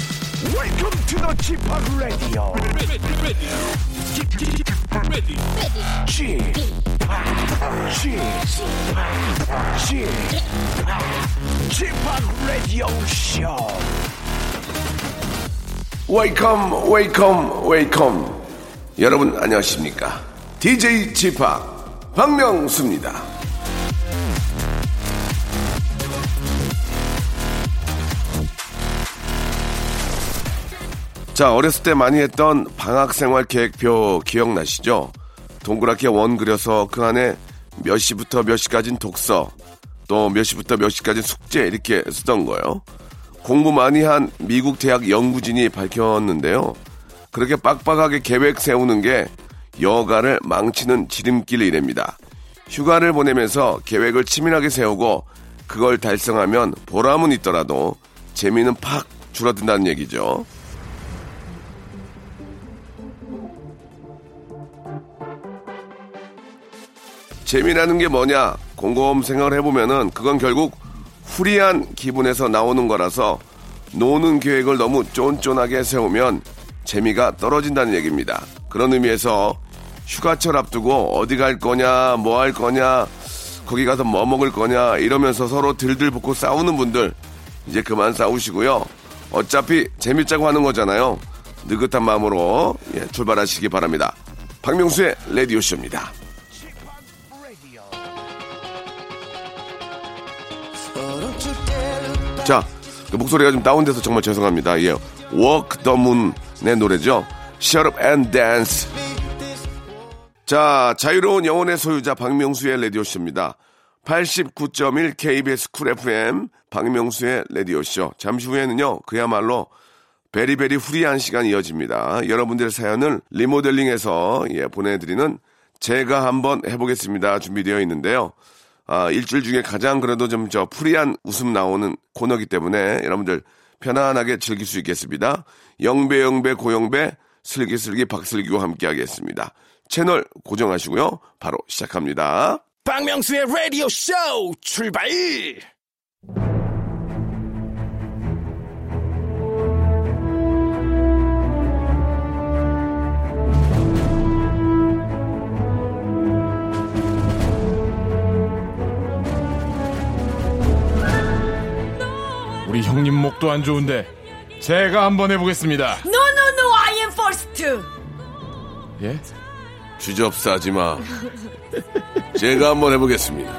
Welcome to the g p o p Radio. ready, ready, ready, g p o p G p o p Radio Show. 웨이컴 웨이컴 웨이컴 여러분 안녕하십니까 DJ 지팍 박명수입니다 자 어렸을 때 많이 했던 방학생활 계획표 기억나시죠 동그랗게 원 그려서 그 안에 몇 시부터 몇 시까지는 독서 또 몇 시부터 몇 시까지는 숙제 이렇게 쓰던 거요 공부 많이 한 미국 대학 연구진이 밝혔는데요. 그렇게 빡빡하게 계획 세우는 게 여가를 망치는 지름길이랍니다. 휴가를 보내면서 계획을 치밀하게 세우고 그걸 달성하면 보람은 있더라도 재미는 팍 줄어든다는 얘기죠. 재미라는 게 뭐냐 곰곰 생각을 해보면은 그건 결국 후리한 기분에서 나오는 거라서 노는 계획을 너무 쫀쫀하게 세우면 재미가 떨어진다는 얘기입니다. 그런 의미에서 휴가철 앞두고 어디 갈 거냐 뭐 할 거냐 거기 가서 뭐 먹을 거냐 이러면서 서로 들들 볶고 싸우는 분들 이제 그만 싸우시고요. 어차피 재밌자고 하는 거잖아요. 느긋한 마음으로 예, 출발하시기 바랍니다. 박명수의 레디오쇼입니다. g p o p Radio. 자, 그 목소리가 좀 다운돼서 정말 죄송합니다. 예. Walk the Moon의 노래죠. Shut up and dance. 자, 자유로운 영혼의 소유자 박명수의 라디오쇼입니다. 89.1 KBS 쿨 FM 박명수의 라디오쇼. 잠시 후에는요, 그야말로 베리베리 후리한 시간이 이어집니다. 여러분들의 사연을 리모델링해서 예, 보내드리는 제가 한번 해보겠습니다. 준비되어 있는데요. 아, 일주일 중에 가장 그래도 좀 저 프리한 웃음 나오는 코너기 때문에 여러분들 편안하게 즐길 수 있겠습니다. 영배, 영배, 고영배, 슬기슬기, 박슬기와 함께 하겠습니다. 채널 고정하시고요. 바로 시작합니다. 박명수의 Radio Show 출발. 우리 형님 목도 안 좋은데 제가 한번 해보겠습니다. No, no, no, I am first. 예? 주접사지 마. 제가 한번 해보겠습니다.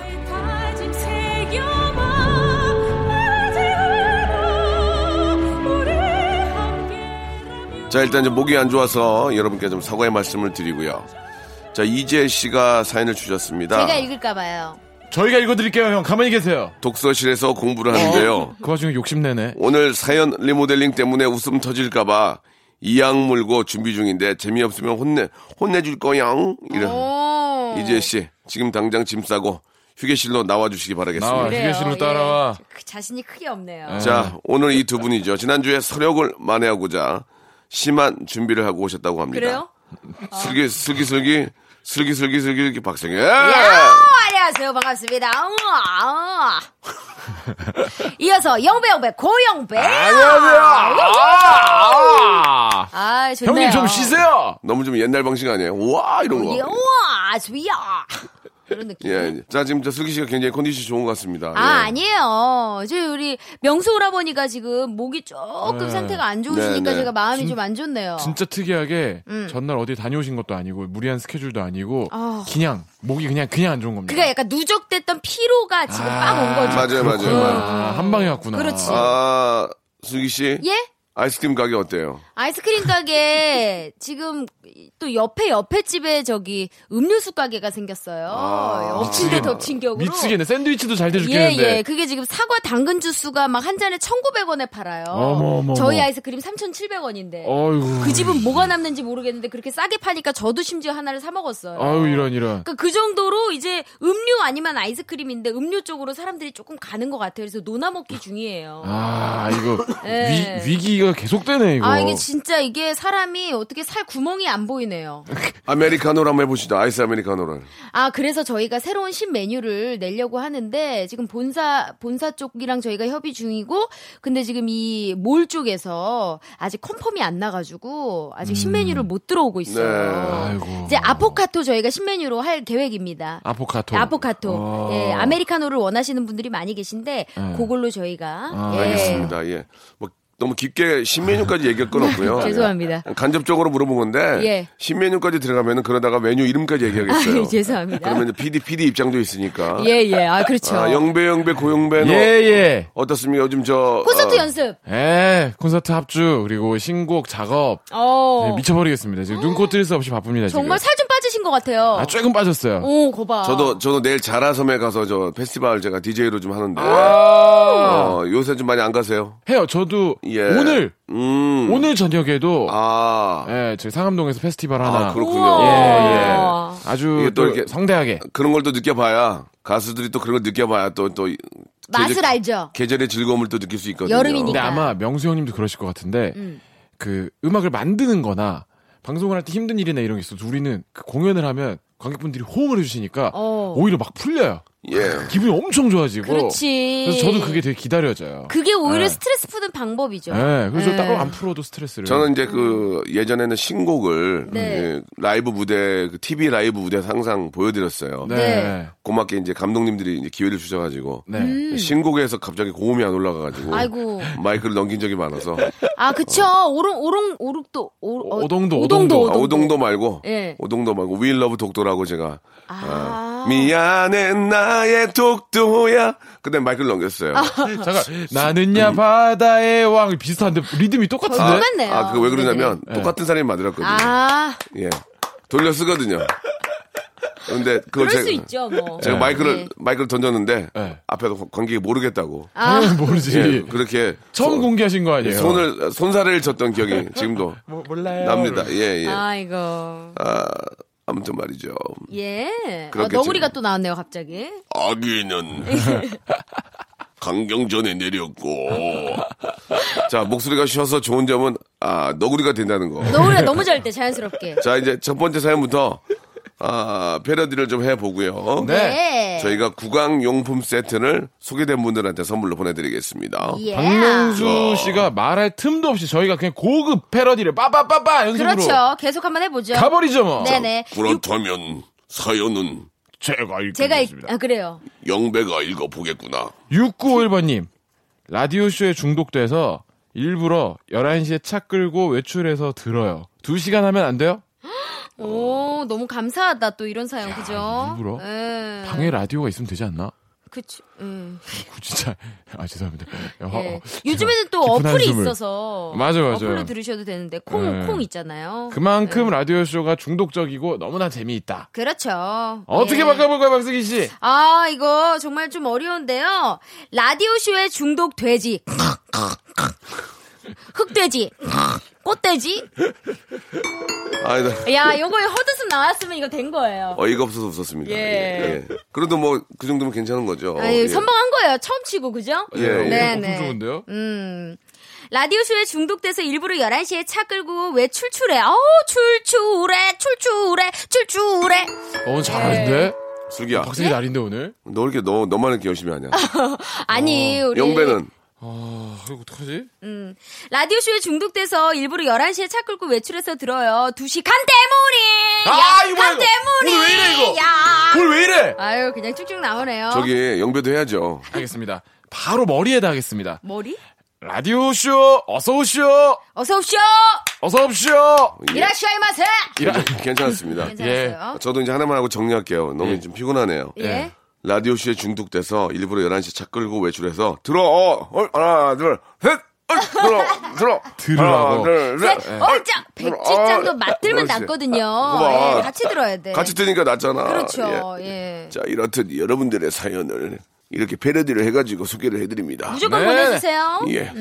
자, 일단 좀 목이 안 좋아서 여러분께 좀 사과의 말씀을 드리고요. 자, 이재 씨가 사연을 주셨습니다. 제가 읽을까봐요. 저희가 읽어드릴게요, 형. 가만히 계세요. 독서실에서 공부를 하는데요. 네. 그 와중에 욕심내네. 오늘 사연 리모델링 때문에 웃음 터질까봐 이양 물고 준비 중인데 재미없으면 혼내 혼내줄 거야. 이런 오. 이재 씨 지금 당장 짐 싸고 휴게실로 나와 주시기 바라겠습니다. 나와. 그래요. 휴게실로 따라와. 예. 그 자신이 크게 없네요. 자 오늘 이 두 분이죠. 지난주에 서력을 만회하고자 심한 준비를 하고 오셨다고 합니다. 그래요? 아. 슬기 슬기 슬기 슬기 슬기 슬기 슬기 박성희. 야, 어, 안녕하세요. 반갑습니다. 우와. 이어서 영배영배 고영배. 아! 아, 좋네요. 형님 좀 쉬세요. 너무 좀 옛날 방식 아니에요? 와 이런 예, 거. 우와, 주야. 그런 느낌. 예. 예. 자 지금 저 슬기 씨가 굉장히 컨디션 좋은 것 같습니다. 아, 예. 아니에요. 저희 우리 명수 오라버니가 지금 목이 조금 네. 상태가 안 좋으시니까 네, 네. 제가 마음이 진- 좀 안 좋네요. 진짜 특이하게 음. 전날 어디 다녀오신 것도 아니고 무리한 스케줄도 아니고 아. 그냥 목이 그냥 그냥 안 좋은 겁니다. 그게 약간 누적됐던 피로가 지금 빡 온 거죠. 맞아요 맞아요. 맞아요. 아, 한 방에 왔구나. 그렇지. 아 슬기 씨. 예? 아이스크림 가게 어때요? 아이스크림 가게 지금 또 옆에 옆에 집에 저기 음료수 가게가 생겼어요. 엎친 데 덮친 아, 격으로. 미치겠네. 샌드위치도 잘 예, 돼주겠는데. 예. 그게 지금 사과 당근 주스가 막 한 잔에 1,900원에 팔아요. 어머, 어머, 저희 어머. 아이스크림 3,700원인데. 어이구. 그 집은 뭐가 남는지 모르겠는데 그렇게 싸게 파니까 저도 심지어 하나를 사 먹었어요. 아유 이런 이런. 그러니까 그 정도로 이제 음료 아니면 아이스크림인데 음료 쪽으로 사람들이 조금 가는 것 같아요. 그래서 노나 먹기 중이에요. 아 이거 예. 위, 위기가 계속되네 이거. 아 이게 진짜 이게 사람이 어떻게 살 구멍이 안 보이네요. 아메리카노를 한번 해봅시다. 아이스 아메리카노를. 아, 그래서 저희가 새로운 신메뉴를 내려고 하는데 지금 본사 본사 쪽이랑 저희가 협의 중이고 근데 지금 이 몰 쪽에서 아직 컨펌이 안 나가지고 아직 신메뉴를 못 들어오고 있어요. 아이고. 이제 아포카토 저희가 신메뉴로 할 계획입니다. 아포카토. 네. 네, 아포카토. 어. 예, 아메리카노를 원하시는 분들이 많이 계신데 그걸로 저희가 아, 예. 알겠습니다. 예. 뭐 너무 깊게 신메뉴까지 얘기할 건 없고요. 네, 죄송합니다. 예. 간접적으로 물어본 건데 예. 신메뉴까지 들어가면은 그러다가 메뉴 이름까지 얘기하겠어요. 아유, 예, 죄송합니다. 그러면 이제 PD PD 입장도 있으니까. 예, 예. 아, 그렇죠. 아, 영배 영배 고영배 예, 는 예. 어떻습니까? 요즘 저 콘서트 아. 어, 연습. 예, 콘서트 합주, 그리고 신곡 작업. 어. 네, 미쳐버리겠습니다. 지금 눈코 뜰 수 없이 바쁩니다. 지금. 정말 살 좀 빠지신 것 같아요. 아, 조금 빠졌어요. 오, 거봐. 저도 저도 내일 자라섬에 가서 저 페스티벌 제가 DJ로 좀 하는데 아~ 어, 요새 좀 많이 안 가세요? 해요. 저도 예. 오늘 음. 오늘 저녁에도 아 예, 저희 상암동에서 페스티벌 하나. 아, 그렇군요. 우와. 예, 예. 이게 아주 또 또 이렇게- 성대하게. 그런 걸 또 느껴봐야 가수들이 또 그런 걸 느껴봐야 또 또 맛을 알죠. 계절의 즐거움을 또 느낄 수 있거든요. 여름이니까. 근데 아마 명수 형님도 그러실 것 같은데 음. 그 음악을 만드는 거나 방송을 할 때 힘든 일이나 이런 게 있어도 우리는 그 공연을 하면 관객분들이 호응을 해주시니까 어. 오히려 막 풀려요. 예. 기분이 엄청 좋아지고. 그렇지. 래서 저도 그게 되게 기다려져요. 그게 오히려 예. 스트레스 푸는 방법이죠. 예, 그래서 예. 따로 안 풀어도 스트레스를. 저는 이제 그 예전에는 신곡을 네. 예, 라이브 무대, 그 TV 라이브 무대에서 항상 보여드렸어요. 네. 네. 고맙게 이제 감독님들이 이제 기회를 주셔가지고 네. 음. 신곡에서 갑자기 고음이 안 올라가가지고 아이고. 마이크를 넘긴 적이 많아서 아, 그쵸. 오롱, 오롱, 오룩도, 오, 어, 오동도, 오동도, 오동도. 아, 오동도 말고 예. 오동도 말고 We Love 독도라고 제가 예. 아. 미안해 나의 독도야 근데 마이크를 넘겼어요. 아, 잠깐 네, 음. 나는야 바다의 왕 비슷한데 리듬이 똑같은데. 거의 똑같네요. 아, 그거 왜 그러냐면 네네. 똑같은 사람이 만들었거든요. 아, 예. 돌려 쓰거든요. 그런데 그걸 그럴 수 제가, 있죠, 뭐. 예. 제가 마이크를 네. 마이크를 던졌는데 네. 앞에서 관객이 모르겠다고. 아, 모르지. 예, 그렇게 처음 손- 예, 공개하신 거 아니에요? 네. 손을 손사래를 쳤던 기억이 지금도 뭐, 몰라요. 납니다. 예, 예. 아. 아이고. 아, 아무튼 말이죠. 예. 아, 그렇겠죠. 너구리가 또 나왔네요, 갑자기. 아기는 강경전에 내렸고. 자, 목소리가 쉬어서 좋은 점은 아, 너구리가 된다는 거. 너구리가 너무 잘 때 자연스럽게. 자, 이제 첫 번째 사연부터 아, 패러디를 좀 해보고요. 네. 저희가 구강용품 세트를 소개된 분들한테 선물로 보내드리겠습니다. 예. 어. 박명수 씨가 말할 틈도 없이 저희가 그냥 고급 패러디를 빠빠빠빠 연습으로 그렇죠. 계속 한번 해보죠. 가버리죠 뭐. 네네. 그렇다면 사연은 제가 읽 제가, 겠 이- 습니다 아, 그래요. 영배가 읽어보겠구나. 6951번님 라디오 쇼에 중독돼서 일부러 11시에 차 끌고 외출해서 들어요. 2시간 하면 안 돼요? 오, 너무 감사하다, 또 이런 사연, 그죠? 어. 일부러? 예. 방에 라디오가 있으면 되지 않나? 그쵸. 예. 진짜 아 죄송합니다. 야, 화- 예. 어, 요즘에는 또 깊은 어플이 한숨을. 있어서 맞아, 맞아. 어플로 들으셔도 되는데 콩 콩 예. 있잖아요. 그만큼 네. 라디오 쇼가 중독적이고 너무나 재미있다. 그렇죠. 어떻게 예. 바꿔볼까요, 박승희 씨? 아 이거 정말 좀 어려운데요. 라디오 쇼에 중독 돼지, 흑돼지, 꽃돼지. 아니, 나 야 요거 헛웃음 나왔으면 이거 된 거예요. 어이가 없어서 웃었습니다. 예. 그래도 뭐 그 정도면 괜찮은 거죠. 어, 아유, 예. 선방한 거예요. 처음 치고 그죠? 예, 예. 네, 엄청 네. 어, 좋은데요? 음. 라디오쇼에 중독돼서 일부러 11시에 차 끌고 왜 출출해? 어, 출출해, 출출해, 출출해. 어, 네. 잘하는데? 아, 슬기야, 박승희 날인데, 오늘? 너 이렇게 너 너만 이렇게 열심히 하냐? 어, 아니, 우리 영배는 어? 아, 이거 어떡하지? 라디오쇼에 중독돼서 일부러 11시에 차 끌고 외출해서 들어요. 2시 간 때문에! 아, 야, 이거 간 이거. 때문에! 오늘 왜 이래, 이거? 야. 오늘 왜 이래? 아유, 그냥 쭉쭉 나오네요. 저기 영배도 해야죠. 하겠습니다. 바로 머리에다 하겠습니다. 머리? 라디오쇼, 어서오쇼, 어서오쇼! 어서옵쇼! 예. 이라시아이 마세! 괜찮습니다. 괜찮았어요? 저도 이제 하나만 하고 정리할게요. 너무 좀 피곤하네요. 예. 아, 예. 라디오 쇼에 중독돼서 일부러 11시 차 끌고 외출해서 들어 어, 어 하나 둘셋 들어 들어 들으라고. 하나, 네. 둘, 얼짱! 백지장도 맛들면 아, 그렇지. 아, 낫거든요. 그만. 예, 같이 들어야 돼. 같이 뜨니까 낫잖아. 그렇죠. 예. 예. 자 이렇듯 여러분들의 사연을 이렇게 패러디를 해가지고 소개를 해드립니다. 무조건 음. 네. 보내주세요. 예.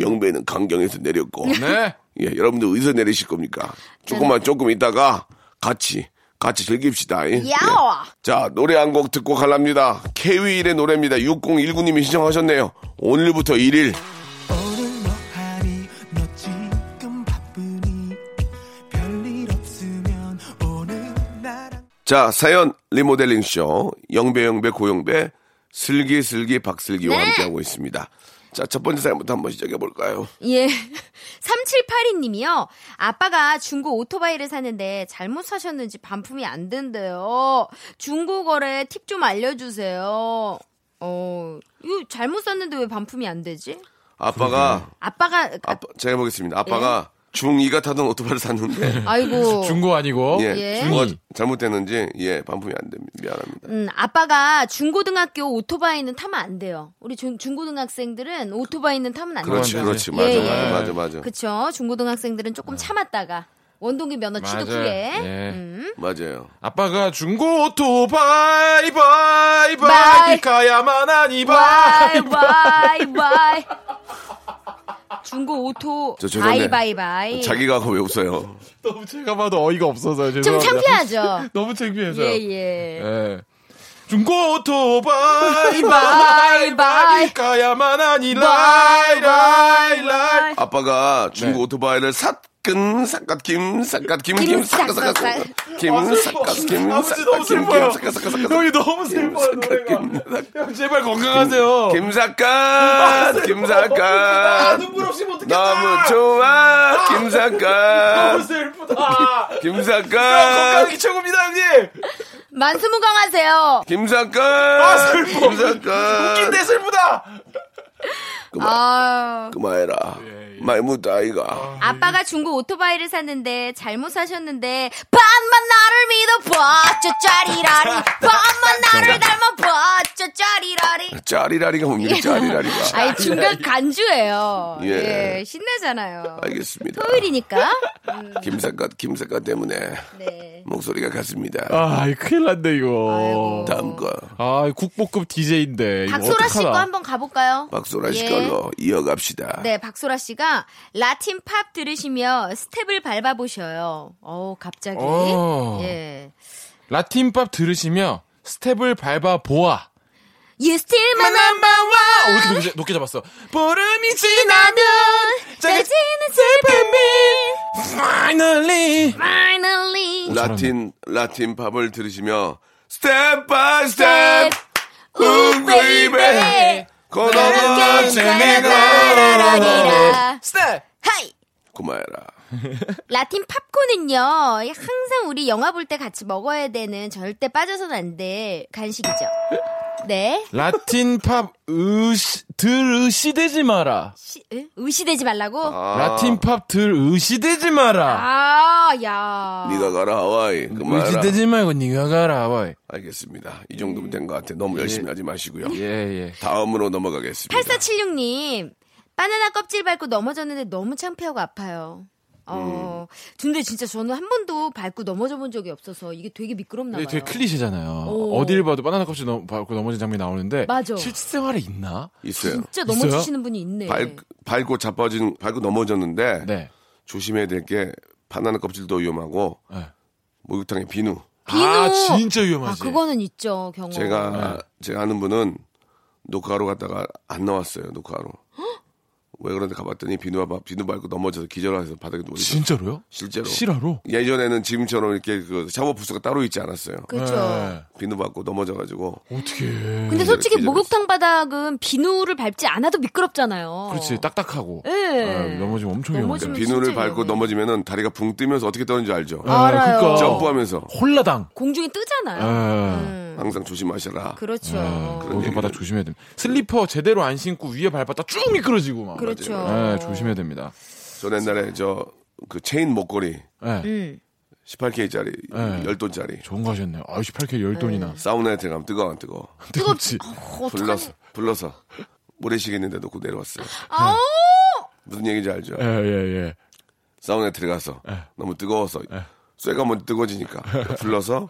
영배는 강경에서 내렸고 네. 예 여러분들 어디서 내리실 겁니까? 조금만 조금 있다가 같이 같이 즐깁시다. 예. 야오! 자, 노래 한 곡 듣고 갈랍니다. 케이윌의 노래입니다. 6019님이 신청하셨네요. 오늘부터 1일. 오늘 뭐 하니 너 지금 바빠 자, 사연 리모델링 쇼 영배 영배 고영배 슬기슬기 박슬기와 함께하고 있습니다. 자, 첫 번째 사연부터 한번 시작해 볼까요? 예. 3782님이요. 아빠가 중고 오토바이를 사는데 잘못 사셨는지 반품이 안 된대요. 중고 거래 팁 좀 알려주세요. 어, 이거 잘못 샀는데 왜 반품이 안 되지? 아빠가 아빠가, 아, 아빠 제가 보겠습니다. 아빠가 중2가 타던 오토바이를 샀는데 아이고. 중고 아니고 예, 어. 예. 뭐가 중이. 잘못됐는지 예, 반품이 안 됩니다. 미안합니다. 음, 아빠가 중고등학교 오토바이는 타면 안 돼요. 우리 중, 중고등학생들은 오토바이는 타면 안 돼요. 그렇지, 그건 그렇지. 되지. 맞아, 예, 맞아, 예. 맞아, 맞아. 그쵸. 중고등학생들은 조금 참았다가 원동기 면허 취득후에. 음. 예. 맞아요. 아빠가 중고 오토바이 바이 바이. 바이 가야만 하니 바이 바이 바이 바이 중고 오토 저 죄송해요. 바이 바이 바이 자기가 그거 왜 웃어요? 너무 제가 봐도 어이가 없어서요 좀 죄송합니다. 창피하죠 너무 창피해서요 예예 예. 중고 오토바이 바이, 바이 바이. 바이 가야만 하니 라이 라이 라이 아빠가 중고 네. 오토바이를 샀긴 삭갓김 삭갓김 김, 김 삭갓삭갓 삭갓, 김 삭갓김 아, 아버지 너무 삭갓김 슬퍼요 김 삭갓삭갓 형이 너무 슬퍼요 노래가 형 제발 건강하세요 김 삭갓 김 아, 삭갓 눈물 없이 못 듣겠다 너무 좋아 김 너무 삭갓 슬프다 김 아, 건강하기 삭갓 최고입니다 형님 만수무강 하세요 김 아, 삭갓 슬퍼. 김 삭갓 웃긴데 슬프다 아 그만해라 예, 말못 아이가 아빠가 중고 오토바이를 샀는데 잘못 사셨는데 반만 나를 믿어봐 쪼짜리라리 반만 나를 닮아봐 쪼짜리라리 짜리라리가 뭡니까 짜리라리가 예. 아이 중간 간주예요 예. 예, 신나잖아요 알겠습니다 토요일이니까 김 삭갓 김 삭갓 때문에 네 목소리가 갔습니다 아 큰일 났네 이거 아이고. 다음 거 아 국보급 DJ인데 박소라 씨 거 한번 가볼까요? 박소라 씨 예. 걸로 이어갑시다. 네, 박소라 씨가 라틴 팝 들으시며 스텝을 밟아보셔요. 어우, 갑자기. 어. 예. 라틴밥 들으시며 스텝을 밟아 보아 You still my number 오, one. 이렇게 높게, 높게 잡았어. 보름이 지나면 짜지는 슬픔이. finally Finally. 라틴 라틴 팝을 들으시며 스텝 바이 스텝 step. Ooh, baby. baby. 걸어가 재미 걸어라 라라라라라. 스텝. 하이. 고마워라. 라틴 팝콘은요, 항상 우리 영화 볼 때 같이 먹어야 되는 절대 빠져선 안 될 간식이죠. 네. 라틴 팝 으시 들으시대지 마라. 시- 에? 의시되지 말라고? 아. 아. 라틴 팝 들으시대지 마라. 아, 야. 네가 가라 하와이 음, 그만해라. 의시대지 말고 네가 가라. 와. 알겠습니다. 이 정도면 된 것 같아. 너무 열심히 하지 마시고요. 예 예. 다음으로 넘어가겠습니다. 8476님, 바나나 껍질 밟고 넘어졌는데 너무 창피하고 아파요. 어, 음. 근데 진짜 저는 한 번도 밟고 넘어져 본 적이 없어서 이게 되게 미끄럽나 이게 봐요. 네, 되게 클리셰잖아요. 오. 어딜 봐도 바나나 껍질 넘- 밟고 넘어진 장면이 나오는데 맞아. 실생활에 있나? 있어요. 진짜 있어요? 넘어지시는 분이 있네. 발 밟고 자빠진 밟고 넘어졌는데 네. 조심해야 될 게 바나나 껍질도 위험하고 네. 목욕탕에 비누. 비누. 아 진짜 아, 위험하지. 그거는 있죠, 경험. 제가 어. 네. 제가 아는 분은 녹화하러 갔다가 안 나왔어요 녹화하러. 왜 그런데 가봤더니 비누와 바- 비누 밟고 넘어져서 기절해서 바닥에 누워 있어요. 진짜로요? 실제로. 실화로? 예전에는 지금처럼 이렇게 그 샤워 부스가 따로 있지 않았어요. 그렇죠. 네. 비누 밟고 넘어져가지고 어떻게? 근데 솔직히 기절했어요. 목욕탕 바닥은 비누를 밟지 않아도 미끄럽잖아요. 그렇지 딱딱하고. 예. 아, 넘어지면 엄청 위험해요. 넘어지면 비누를 진짜 밟고 위험해요. 넘어지면은 다리가 붕 뜨면서 어떻게 떠는지 알죠. 알아요. 그러니까. 점프하면서 홀라당. 네. 공중에 뜨잖아요. 음, 항상 조심하셔라. 그렇죠. 아, 목욕바다 조심해야 됩니다. 슬리퍼 제대로 안 신고 위에 밟았다 쭉 미끄러지고 막. 그렇죠. 예, 조심해야 됩니다. 전 옛날에 저 그 체인 목걸이 예. 음. 18K짜리 네. 10돈짜리 좋은 거 하셨네요. 아, 18K 열돈이나 음. 사우나에 들어가면 뜨거워 안 뜨거워. 뜨겁지. 어, 불러서 불러서 모래시계 있는데 놓고 내려왔어요. 아우! 무슨 얘기인지 알죠? 예, 예, 예. 사우나에 들어가서 너무 뜨거워서 쇠가 먼저 뜨거워지니까 불러서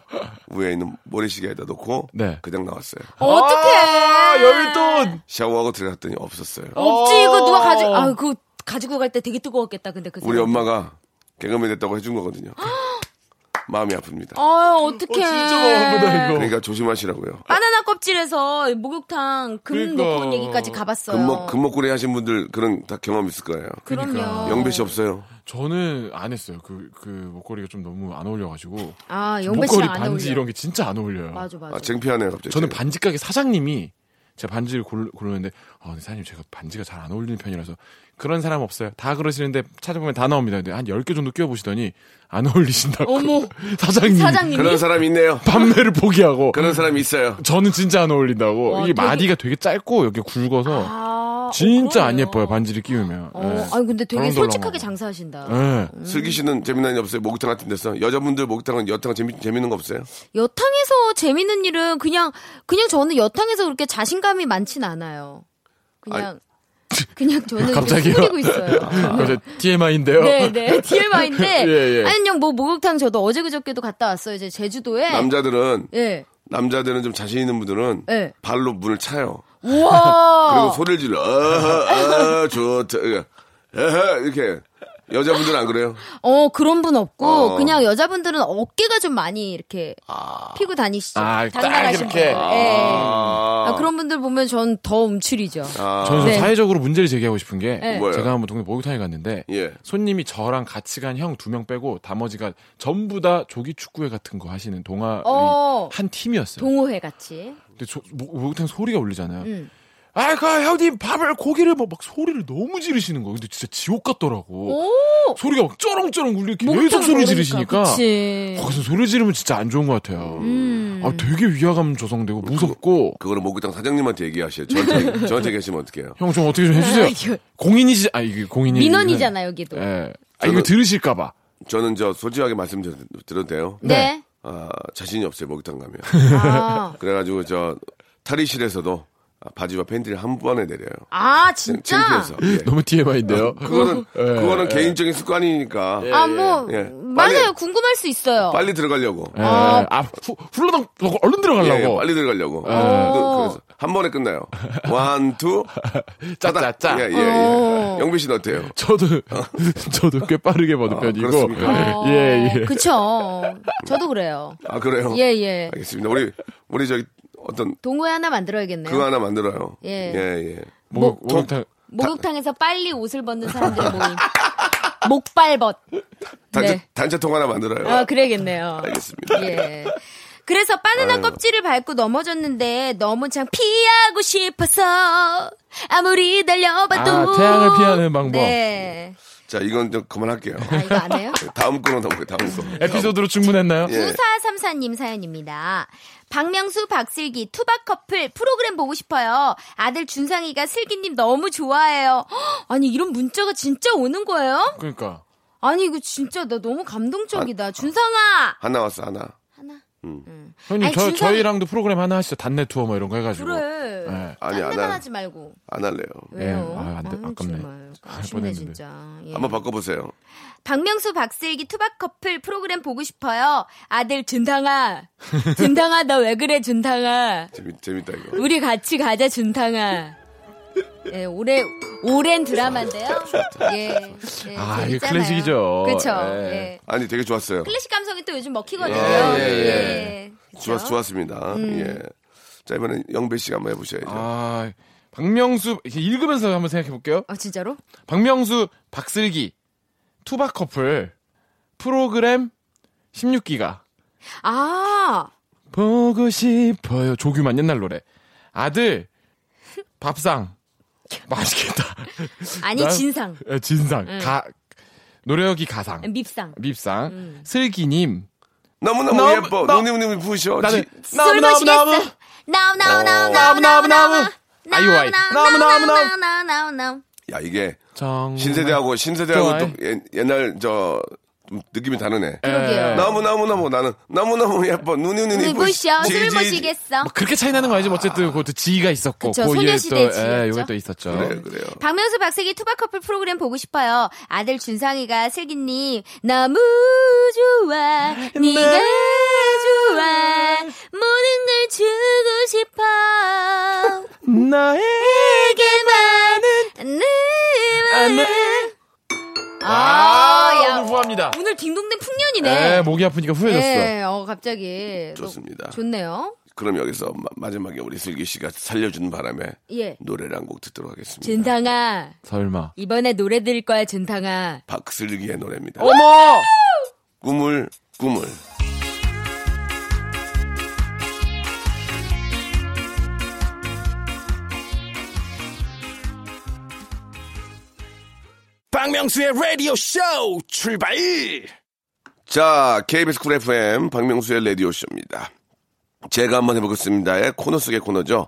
위에 있는 모래시계에다 놓고 네. 그냥 나왔어요. 어떡해! 아, 열돈. 샤워하고 들어갔더니 없었어요. 없지 이거 누가 가지고 아 그거 가지고 갈 때 되게 뜨거웠겠다 근데 그 우리 사람. 엄마가 개그맨 됐다고 해준 거거든요. 마음이 아프니다. 아 어떡해 진짜 마음보다 이거. 예. 그러니까 조심하시라고요. 바나나 껍질에서 목욕탕 금 그러니까. 놓고 온 얘기까지 가봤어요. 금목 금목걸이 하신 분들 그런 다 경험 있을 거예요. 그럼요. 영배 씨 없어요. 아, 저는 안 했어요. 그 그 목걸이가 좀 너무 안 어울려가지고 아, 영배 목걸이 씨랑 안 반지 어울려. 이런 게 진짜 안 어울려요. 맞아, 맞아. 아, 창피하네요 갑자기. 저는 반지 가게 사장님이 제가 반지를 골, 고르는데 어, 근데 사장님 제가 반지가 잘 안 어울리는 편이라서 그런 사람 없어요. 다 그러시는데 찾아보면 다 나옵니다. 근데 한 10개 정도 끼워보시더니 안 어울리신다고. 어머. 사장님. 사장님이 그런 사람이 있네요. 판매를 포기하고 그런 사람이 있어요. 저는 진짜 안 어울린다고. 와, 이게 되게- 마디가 되게 짧고 여기 굵어서 아, 진짜 어, 안 그러네요. 예뻐요. 반지를 끼우면. 어, 예. 아니 근데 되게 덜렁덜렁하고. 솔직하게 장사하신다. 예. 슬기 씨는 재미난 일 없어요? 목욕탕 같은 데서 여자분들 목욕탕은 여탕 재미 재밌는 거 없어요? 여탕에서 재밌는 일은 그냥 그냥 저는 여탕에서 그렇게 자신감이 많진 않아요. 그냥 그냥 저는 갑자기요? 숨기고 있어요. 그래서 예. TMI인데요. 네, 네. TMI인데 예, 예. 아니 그냥 뭐 목욕탕 저도 어제 그저께도 갔다 왔어요. 이제 제주도에 남자들은 예. 남자들은 좀 자신 있는 분들은 예. 발로 문을 차요. 우와. 그리고 소리를 질러. 어, 어허, 어, 좋다. 에허, 이렇게. 여자분들은 안 그래요? 어, 그런 분 없고 어. 아. 그냥 여자분들은 어깨가 좀 많이 이렇게 피고 다니시죠. 아, 딱 당당하신 이렇게. 분들. 예. 아, 아, 그런 분들 보면 전 더 움츠리죠. 저는 좀 네. 사회적으로 문제를 제기하고 싶은 게 네. 뭐예요? 제가 한번 동네 목욕탕에 갔는데 예. 손님이 저랑 같이 간 형 두 명 빼고 나머지가 전부 다 조기 축구회 같은 거 하시는 동아리 어. 한 팀이었어요. 동호회 같이. 근데 저, 목- 목욕탕 소리가 울리잖아요. 음. 아이고 형님 밥을 고기를 뭐 막, 막 소리를 너무 지르시는 거예요. 근데 진짜 지옥 같더라고. 오! 네, 소리가 막 쩌렁쩌렁 울려 계속 어? 목욕탕 소리 그러니까, 지르시니까 그치. 음. 거기서 소리 지르면 진짜 안 좋은 것 같아요. 아 되게 위화감 조성되고 무섭고 그거는 목욕탕 사장님한테 얘기하셔요. 저한테, 저한테 얘기하시면 어떡해요? 형 좀 어떻게 좀 해주세요. 공인이지 아 이게 공인이 민원이잖아, 여기도. 네. 예. 아 이거 들으실까봐. 저는 저 솔직하게 말씀드려도 돼요? 네. 아, 자신이 없어요, 목욕탕 가면. 아. 그래가지고 저 탈의실에서도 아, 바지와 팬티를 한 번에 내려요. 아, 창- 진짜? 창피해서. 예. 너무 TMI인데요. 아, 그거는, 음. 예. 그거는 개인적인 습관이니까. 아, 뭐, 예. 맞아요. 빨리- 궁금할 수 있어요. 빨리 들어가려고. 예. 아, 후, 훌러덩 얼른 예, 들어가려고. 예, 빨리 들어가려고. 그, 어. 래서한 번에 끝나요. 원, 투, 짜짜짜. 예, 예, 어. 예. 영빈 씨는 어때요? 저도 저도 꽤 빠르게 보는 편이고. 아, 그렇습니까? 예, 예. 어, 아, 그쵸. 저도 그래요. 아, 그래요? 예, 예. 알겠습니다. 우리, 우리 저기 어떤 동호회 하나 만들어야겠네요. 그거 하나 만들어요. 예. 뭐, 예, 예. 목, 목욕탕 목욕탕에서 빨리 옷을 벗는 사람들의 모임. 목발벗. 단체, 네. 단체통 하나 만들어요. 아, 그래야겠네요. 알겠습니다. 예. 그래서 바나나 껍질을 밟고 넘어졌는데 너무 참 피하고 싶어서 아무리 달려봐도 아, 태양을 피하는 방법. 네. 자, 이건 좀 그만할게요. 아, 이거 안 해요? 다음 거로 넘어요, 다음 거. 에피소드로 충분했나요? 예. 9434님 사연입니다. 박명수, 박슬기, 투박 커플 프로그램 보고 싶어요. 아들 준상이가 슬기님 너무 좋아해요. 헉, 아니, 이런 문자가 진짜 오는 거예요? 그러니까. 아니, 이거 진짜 나 너무 아, 감동적이다. 준상아! 하나 왔어, 하나. 하나. 형님 아니, 저 준성이- 저희랑도 프로그램 하나 하시죠. 단내 투어 뭐 이런 거 해가지고. 그래. 예. 아니, 딴 안 데만 하- 하지 말고. 안 할래요. 왜요? 예. 아, 안 돼. 아유, 아깝네. 정말. 할 아쉽네, 뻔했는데. 진짜. 예. 한번 바꿔보세요. 박명수, 박슬기, 투박 커플 프로그램 보고 싶어요. 아들, 준탕아. 준탕아, 너 왜 그래, 준탕아. 재미, 재밌다, 이거. 우리 같이 가자, 준탕아. 예, 올해, 오랜 드라마인데요. 예. 예, 아, 재밌잖아요. 이게 클래식이죠. 그쵸. 예. 예. 아니, 되게 좋았어요. 클래식 감성이 또 요즘 먹히거든요. 예, 예, 예. 그쵸? 좋았, 좋았습니다. 음. 예. 자, 이번엔 영배 씨가 한번 해보셔야죠. 아, 박명수 이렇게 읽으면서 한번 생각해 볼게요. 아, 진짜로? 박명수, 박슬기, 투박 커플 프로그램 16기가 아, 보고 싶어요. 조규만 옛날 노래. 아들 밥상 맛있겠다. 아니, 난- 진상. 에, 진상 가 노력이 가상 밉상. 밉상 음. 슬기님 너무너무 너무- 예뻐. 너- 눈이 눈이 부으셔. 나는 지- 술 마시겠어. 나우, 나우, 나우, 나우, 나우, 나우. 아이오아이. 나우, 나우, 나우, 나우, 나우, 나우. 야, 이게 정 신세대하고 신세대하고 음. 좋아해. 예. 또 옛- 옛날 저좀 느낌이 다르네. 그러게요. 너무 너무 너무 나는 너무 너무 예뻐 눈이 눈이 눈이 부셔. 술 마시겠어. 뭐 그렇게 차이 나는 거 알지 어쨌든 그것도 지위가 있었고 그쵸, 그 이후에 소녀시대 또, 예, 지위였죠. 요게 또 있었죠. 네, 그래요 그래요. 박명수 박세기 투박 커플 프로그램 보고 싶어요. 아들 준상이가 슬기님 너무 좋아 네가 좋아 모든 걸 주고 싶어 나에게만은 내마음 아, 안에 네. 아야 오늘 후합니다. 오늘 딩동댕 에, 풍년이네. 목이 아프니까 후회졌어. 예, 어, 갑자기. 또 좋습니다. 좋네요. 그럼 여기서 마, 지막에 우리 슬기 씨가 살려준 바람에 예. 노래를 한 곡 듣도록 하겠습니다. 준탕아, 설마. 이번에 노래 들을 거야, 준탕아. 박슬기의 노래입니다. 어머! 꿈을 꿈을 박명수의 라디오 쇼 출발! 자 KBS 쿨 FM 박명수의 라디오 쇼입니다. 제가 한번 해보겠습니다의 코너 속의 코너죠.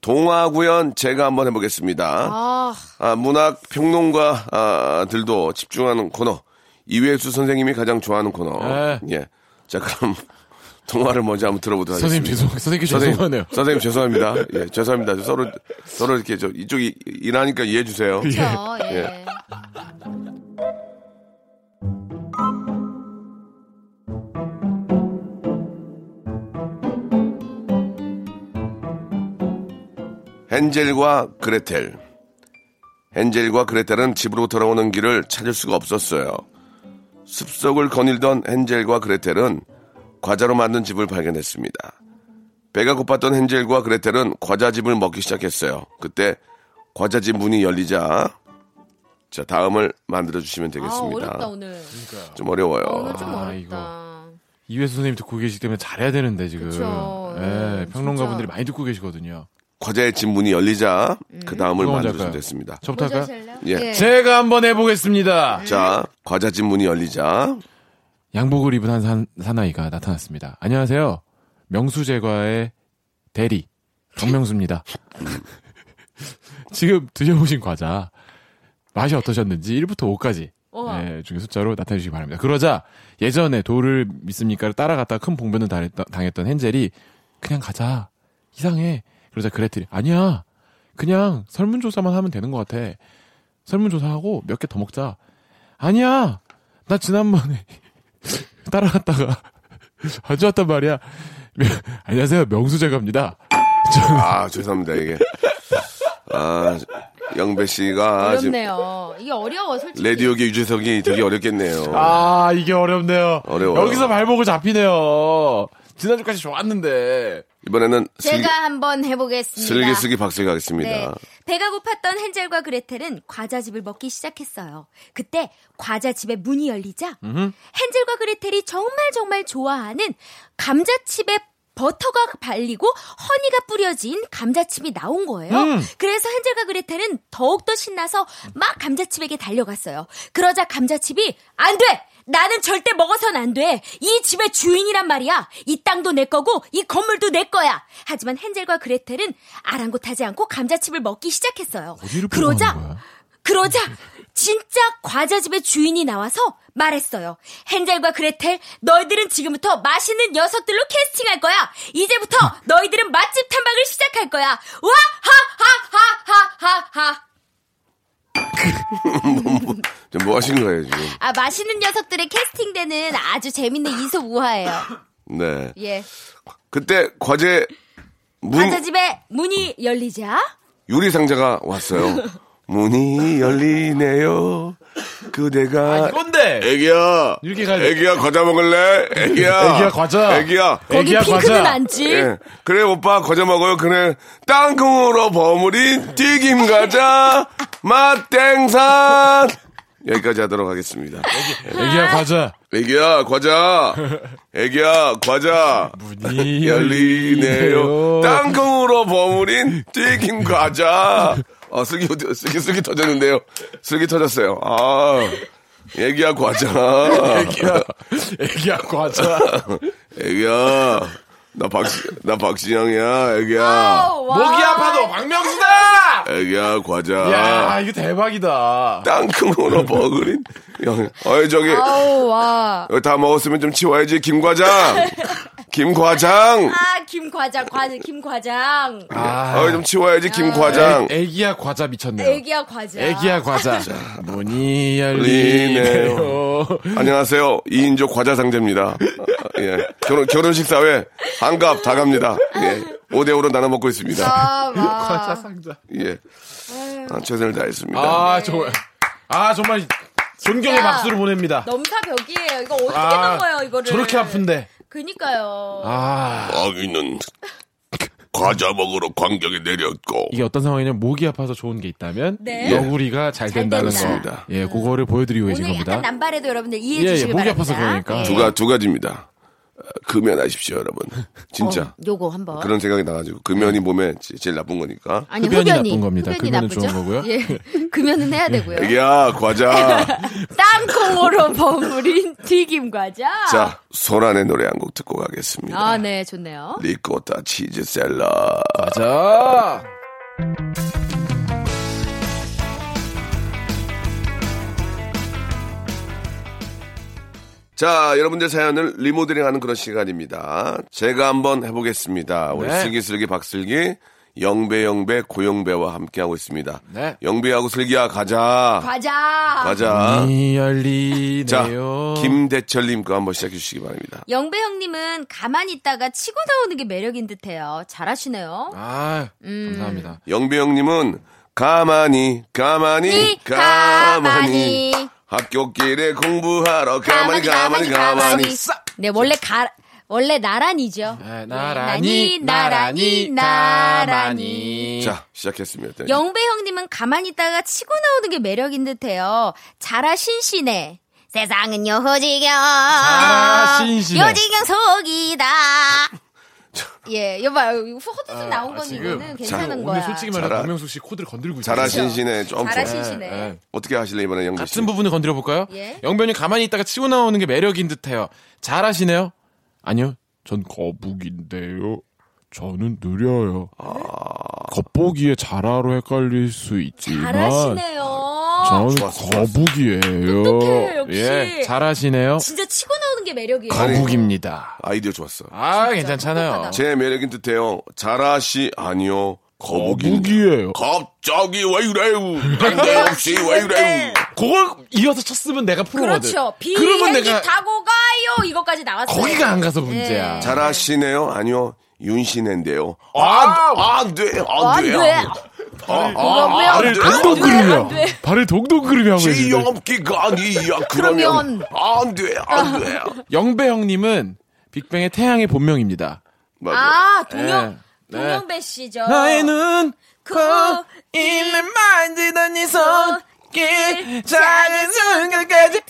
동화 구연 제가 한번 해보겠습니다. 아, 아, 문학 아, 평론가들도 집중하는 코너. 이회수 선생님이 가장 좋아하는 코너. 네. 예. 자, 그럼 동화를 먼저 한번 들어보도록 선생님 하겠습니다. 죄송, 선생님 죄송하네요. 선생님 죄송합니다. 예, 죄송합니다. 서로 서로 이렇게 저 이쪽이 일하니까 이해해 주세요. 저, 예. 예. 헨젤과 그레텔. 헨젤과 그레텔은 집으로 돌아오는 길을 찾을 수가 없었어요. 숲속을 거닐던 헨젤과 그레텔은 과자로 만든 집을 발견했습니다. 배가 고팠던 헨젤과 그레텔은 과자집을 먹기 시작했어요. 그때 과자집 문이 열리자 자 다음을 만들어 주시면 아, 되겠습니다. 그러니까. 어렵다, 오늘. 좀 어려워요. 어, 오늘 좀 아, 어렵다. 이회수 선생님 듣고 계시기 때문에 잘해야 되는데, 지금. 그쵸. 예, 음, 평론가분들이 진짜. 그 많이 많이 듣고 계시거든요. 과자의 집 문이 열리자 그 다음을 누가 먼저 만들어 주시면 할까요? 됐습니다. 저부터 할까요? 하실래요? 네. 예. 제가 한번 해보겠습니다. 자 과자집 문이 열리자 양복을 입은 한 산, 사나이가 나타났습니다. 안녕하세요. 명수제과의 대리, 정명수입니다. 지금 드셔보신 과자, 맛이 어떠셨는지 1부터 5까지 예, 우와. 중에 숫자로 나타내주시기 바랍니다. 그러자 예전에 도를 믿습니까를 따라갔다가 큰 봉변을 당했던, 당했던 헨젤이 그냥 가자. 이상해. 그러자 그레텔이 아니야. 그냥 설문조사만 하면 되는 것 같아. 설문조사하고 몇 개 더 먹자. 아니야. 나 지난번에 따라갔다가 가져왔단 말이야. 명- 안녕하세요. 명수재갑니다. 아 죄송합니다 이게 아 영배 씨가 아, 지금 어렵네요. 이게 어려워, 솔직히. 라디오계 유재석이 되게 어렵겠네요. 아, 이게 어렵네요. 어려워요. 여기서 발목을 잡히네요. 지난주까지 좋았는데. 이번에는 슬기, 제가 한번 해보겠습니다. 슬기슬기 박슬기 하겠습니다. 네. 배가 고팠던 헨젤과 그레텔은 과자집을 먹기 시작했어요. 그때 과자집의 문이 열리자 헨젤과 그레텔이 정말 정말 좋아하는 감자칩에 버터가 발리고 허니가 뿌려진 감자칩이 나온 거예요. 음. 그래서 헨젤과 그레텔은 더욱더 신나서 막 감자칩에게 달려갔어요. 그러자 감자칩이 안 돼! 나는 절대 먹어선 안 돼. 이 집의 주인이란 말이야. 이 땅도 내 거고 이 건물도 내 거야. 하지만 헨젤과 그레텔은 아랑곳하지 않고 감자칩을 먹기 시작했어요. 어디를 보고 그러자 하는 거야? 그러자 진짜 과자집의 주인이 나와서 말했어요. 헨젤과 그레텔, 너희들은 지금부터 맛있는 녀석들로 캐스팅할 거야. 이제부터 너희들은 맛집 탐방을 시작할 거야. 와! 하하하하하하. 지금 뭐 하신 거예요 지금? 아, 맛있는 녀석들의 캐스팅되는 아주 재밌는 이솝 우화예요. 네. 예. 그때 과제 문 과자집의 문이 열리자 유리 상자가 왔어요. 문이 열리네요. 그대가 아, 이건데! 애기야. 이렇게 가야 돼. 애기야 과자 먹을래? 애기야. 애기야, 과자. 애기야. 거기 애기야, 핑크는 과자. 안지. 예. 그래 오빠 과자 먹어요. 그래 땅콩으로 버무린 튀김 과자 맛땡산 여기까지 하도록 하겠습니다. 애기야, 과자. 애기야 과자. 애기야 과자. 문이 열리네요. 땅콩으로 버무린 튀김 과자. 아, 슬기, 어디- 슬기, 슬기 터졌는데요. 슬기 터졌어요. 아, 애기야, 과자. 애기야, 애기야, 과자. 애기야. 나 박, 나 박신영이야, 애기야. 와. 목이 아파도 박명수다! 애기야, 야, 과자. 이거 대박이다. 땅콩으로 버무린. 야, 어이, 저기. 아우 와. 여기 다 먹었으면 좀 치워야지, 김과장. 김과장. 아, 김과장, 과장, 김과장. 어이, 좀 치워야지, 김과장. 아, 애기야, 과자 미쳤네요. 애기야 아. 과장. 애기야, 과자. 문이 열리네요. 열리네요. 안녕하세요. 2인조 과자 상제입니다. 아, 예. 결혼, 결혼식 사회, 한갑 다 갑니다. 예. 5대5로 나눠 먹고 있습니다. 아, 와. 과자 상자. 예. 아, 최선을 다했습니다. 아, 정말. 아, 정말 네. 존경의 야. 박수를 보냅니다. 넘사벽이에요. 이거 어떻게 아, 넘어요 이거를? 저렇게 아픈데. 그니까요. 아, 아기는 과자 먹으러 광경에 내렸고 이게 어떤 상황이냐면 목이 아파서 좋은 게 있다면 네. 너구리가 잘 잘 된다는 된다. 거. 예, 그거를 보여드리고 계신 오늘 겁니다. 약간 남발해도 여러분들 이해해 예, 예, 주시길 목이 바랍니다. 예. 아파서 그러니까. 두, 가, 두 가지입니다. 어, 금연하십시오, 여러분. 진짜. 어, 요거 한번. 그런 생각이 나가지고 금연이 몸에 제- 제일 나쁜 거니까. 아니 흡연이 흡연이 나쁜 겁니다. 흡연이 금연은 나쁘죠? 좋은 거고요. 예, 금연은 해야 되고요. 애기야 과자. 땅콩으로 버무린 튀김 과자. 자 소란의 노래 한 곡 듣고 가겠습니다. 아, 네, 좋네요. 리코타 치즈 셀러. 맞아. 자 여러분들 사연을 리모델링하는 그런 시간입니다. 제가 한번 해보겠습니다. 우리 네. 슬기슬기 박슬기 영배 영배 고영배와 함께 하고 있습니다. 네. 영배하고 슬기야 가자. 과자. 가자. 이 아. 자 열리네요. 김대철님 거 한번 시작해 주시기 바랍니다. 영배 형님은 가만히 있다가 치고 나오는 게 매력인 듯해요. 잘하시네요. 아, 감사합니다. 음. 영배 형님은 가만히 가만히 이, 네, 가만히 가만히. 학교길에 공부하러 가만히 가만히 가만히 네, 원래 가 원래 나란이죠. 네, 나란히, 나란히, 나란히. 자 시작했습니다. 영배 형님은 가만히 있다가 치고 나오는 게 매력인 듯해요. 잘하신 시네. 세상은 요지경. 잘하신시네. 요지경 속이다. 예, 여봐요. 허드슨 나온 건 지금 이거는 괜찮은 오늘 거야. 솔직히 말해 잘하- 서 박명수 씨 코드를 건들고 있어요. 잘하신 시네 좀 잘하신 좀- 그렇죠. 시네. 예. 어떻게 하실래 이번에 영배 씨. 같은 부분을 건드려 볼까요? 예. 영변이 가만히 있다가 치고 나오는 게 매력인 듯해요. 잘하시네요. 아니요, 전 거북인데요. 저는 느려요. 아. 겉보기에 잘하로 헷갈릴 수 있지만 잘하시네요. 저는 좋았어, 거북이에요. 똑똑해요, 역시. 예, 잘하시네요. 진짜 치고 나오는 게 매력이에요. 거북입니다. 아이디어 좋았어. 아, 괜찮잖아요. 똑똑하다. 제 매력인 듯해요. 잘하시 아니요. 거북이. 거북이에요. 갑자기 왜 이래요? 난데없이 왜 이래요? 그걸 이어서 쳤으면 내가 프로거든. 그렇죠. 그러면 비행기 내가 타고 가요. 이거까지 나왔어요. 거기가 안 가서 예. 문제야. 잘하시네요. 아니요. 윤신인데요. 아, 안 돼. 안 안 돼. 돼. 아, 아, 뭐야, 안 발을 돼. 동동 그르며. 안 돼. 발을 동동 그르며 하고 제 있는데. 영업기가 아니야. 그러면 안 돼. 안 돼. 영배 형님은 빅뱅의 태양의 본명입니다. 맞아. 아, 동영 네. 네. 동영배 그 씨죠. 나의 눈, 코, 코, 입을 만지던 네그 손길, 작은 순간까지.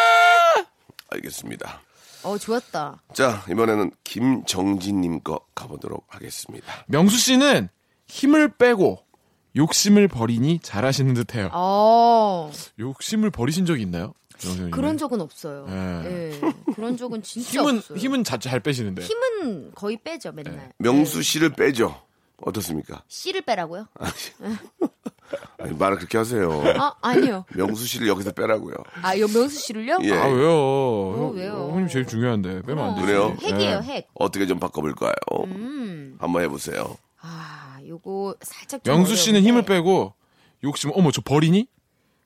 아! 알겠습니다. 어, 좋았다. 자, 이번에는 김정진님 거 가보도록 하겠습니다. 명수 씨는 힘을 빼고 욕심을 버리니 잘하시는 듯해요. 어. 음. 욕심을 버리신 적이 있나요? 명수 형님? 그런 적은 없어요. 예. 예. 그런 적은 진짜 힘은 없어요. 힘은 자, 잘 빼시는데. 힘은 거의 빼죠, 예. 맨날. 명수 씨를 빼죠. 어떻습니까? 씨를 빼라고요? 예. 아니, 말을 그렇게 하세요. 아, 아니요. 명수 씨를 여기서 빼라고요. 아, 요 명수 씨를요? 예. 아 왜요? 형, 어, 어, 왜요? 어. 형님 제일 중요한데 예. 빼면 안 되지. 그래요? 아, 예. 핵이에요, 핵. 어떻게 좀 바꿔볼까요? 음. 한번 해보세요. 아, 요거 살짝 좀 명수 씨는 힘을 어려운데. 빼고 욕심 어머 저 버리니?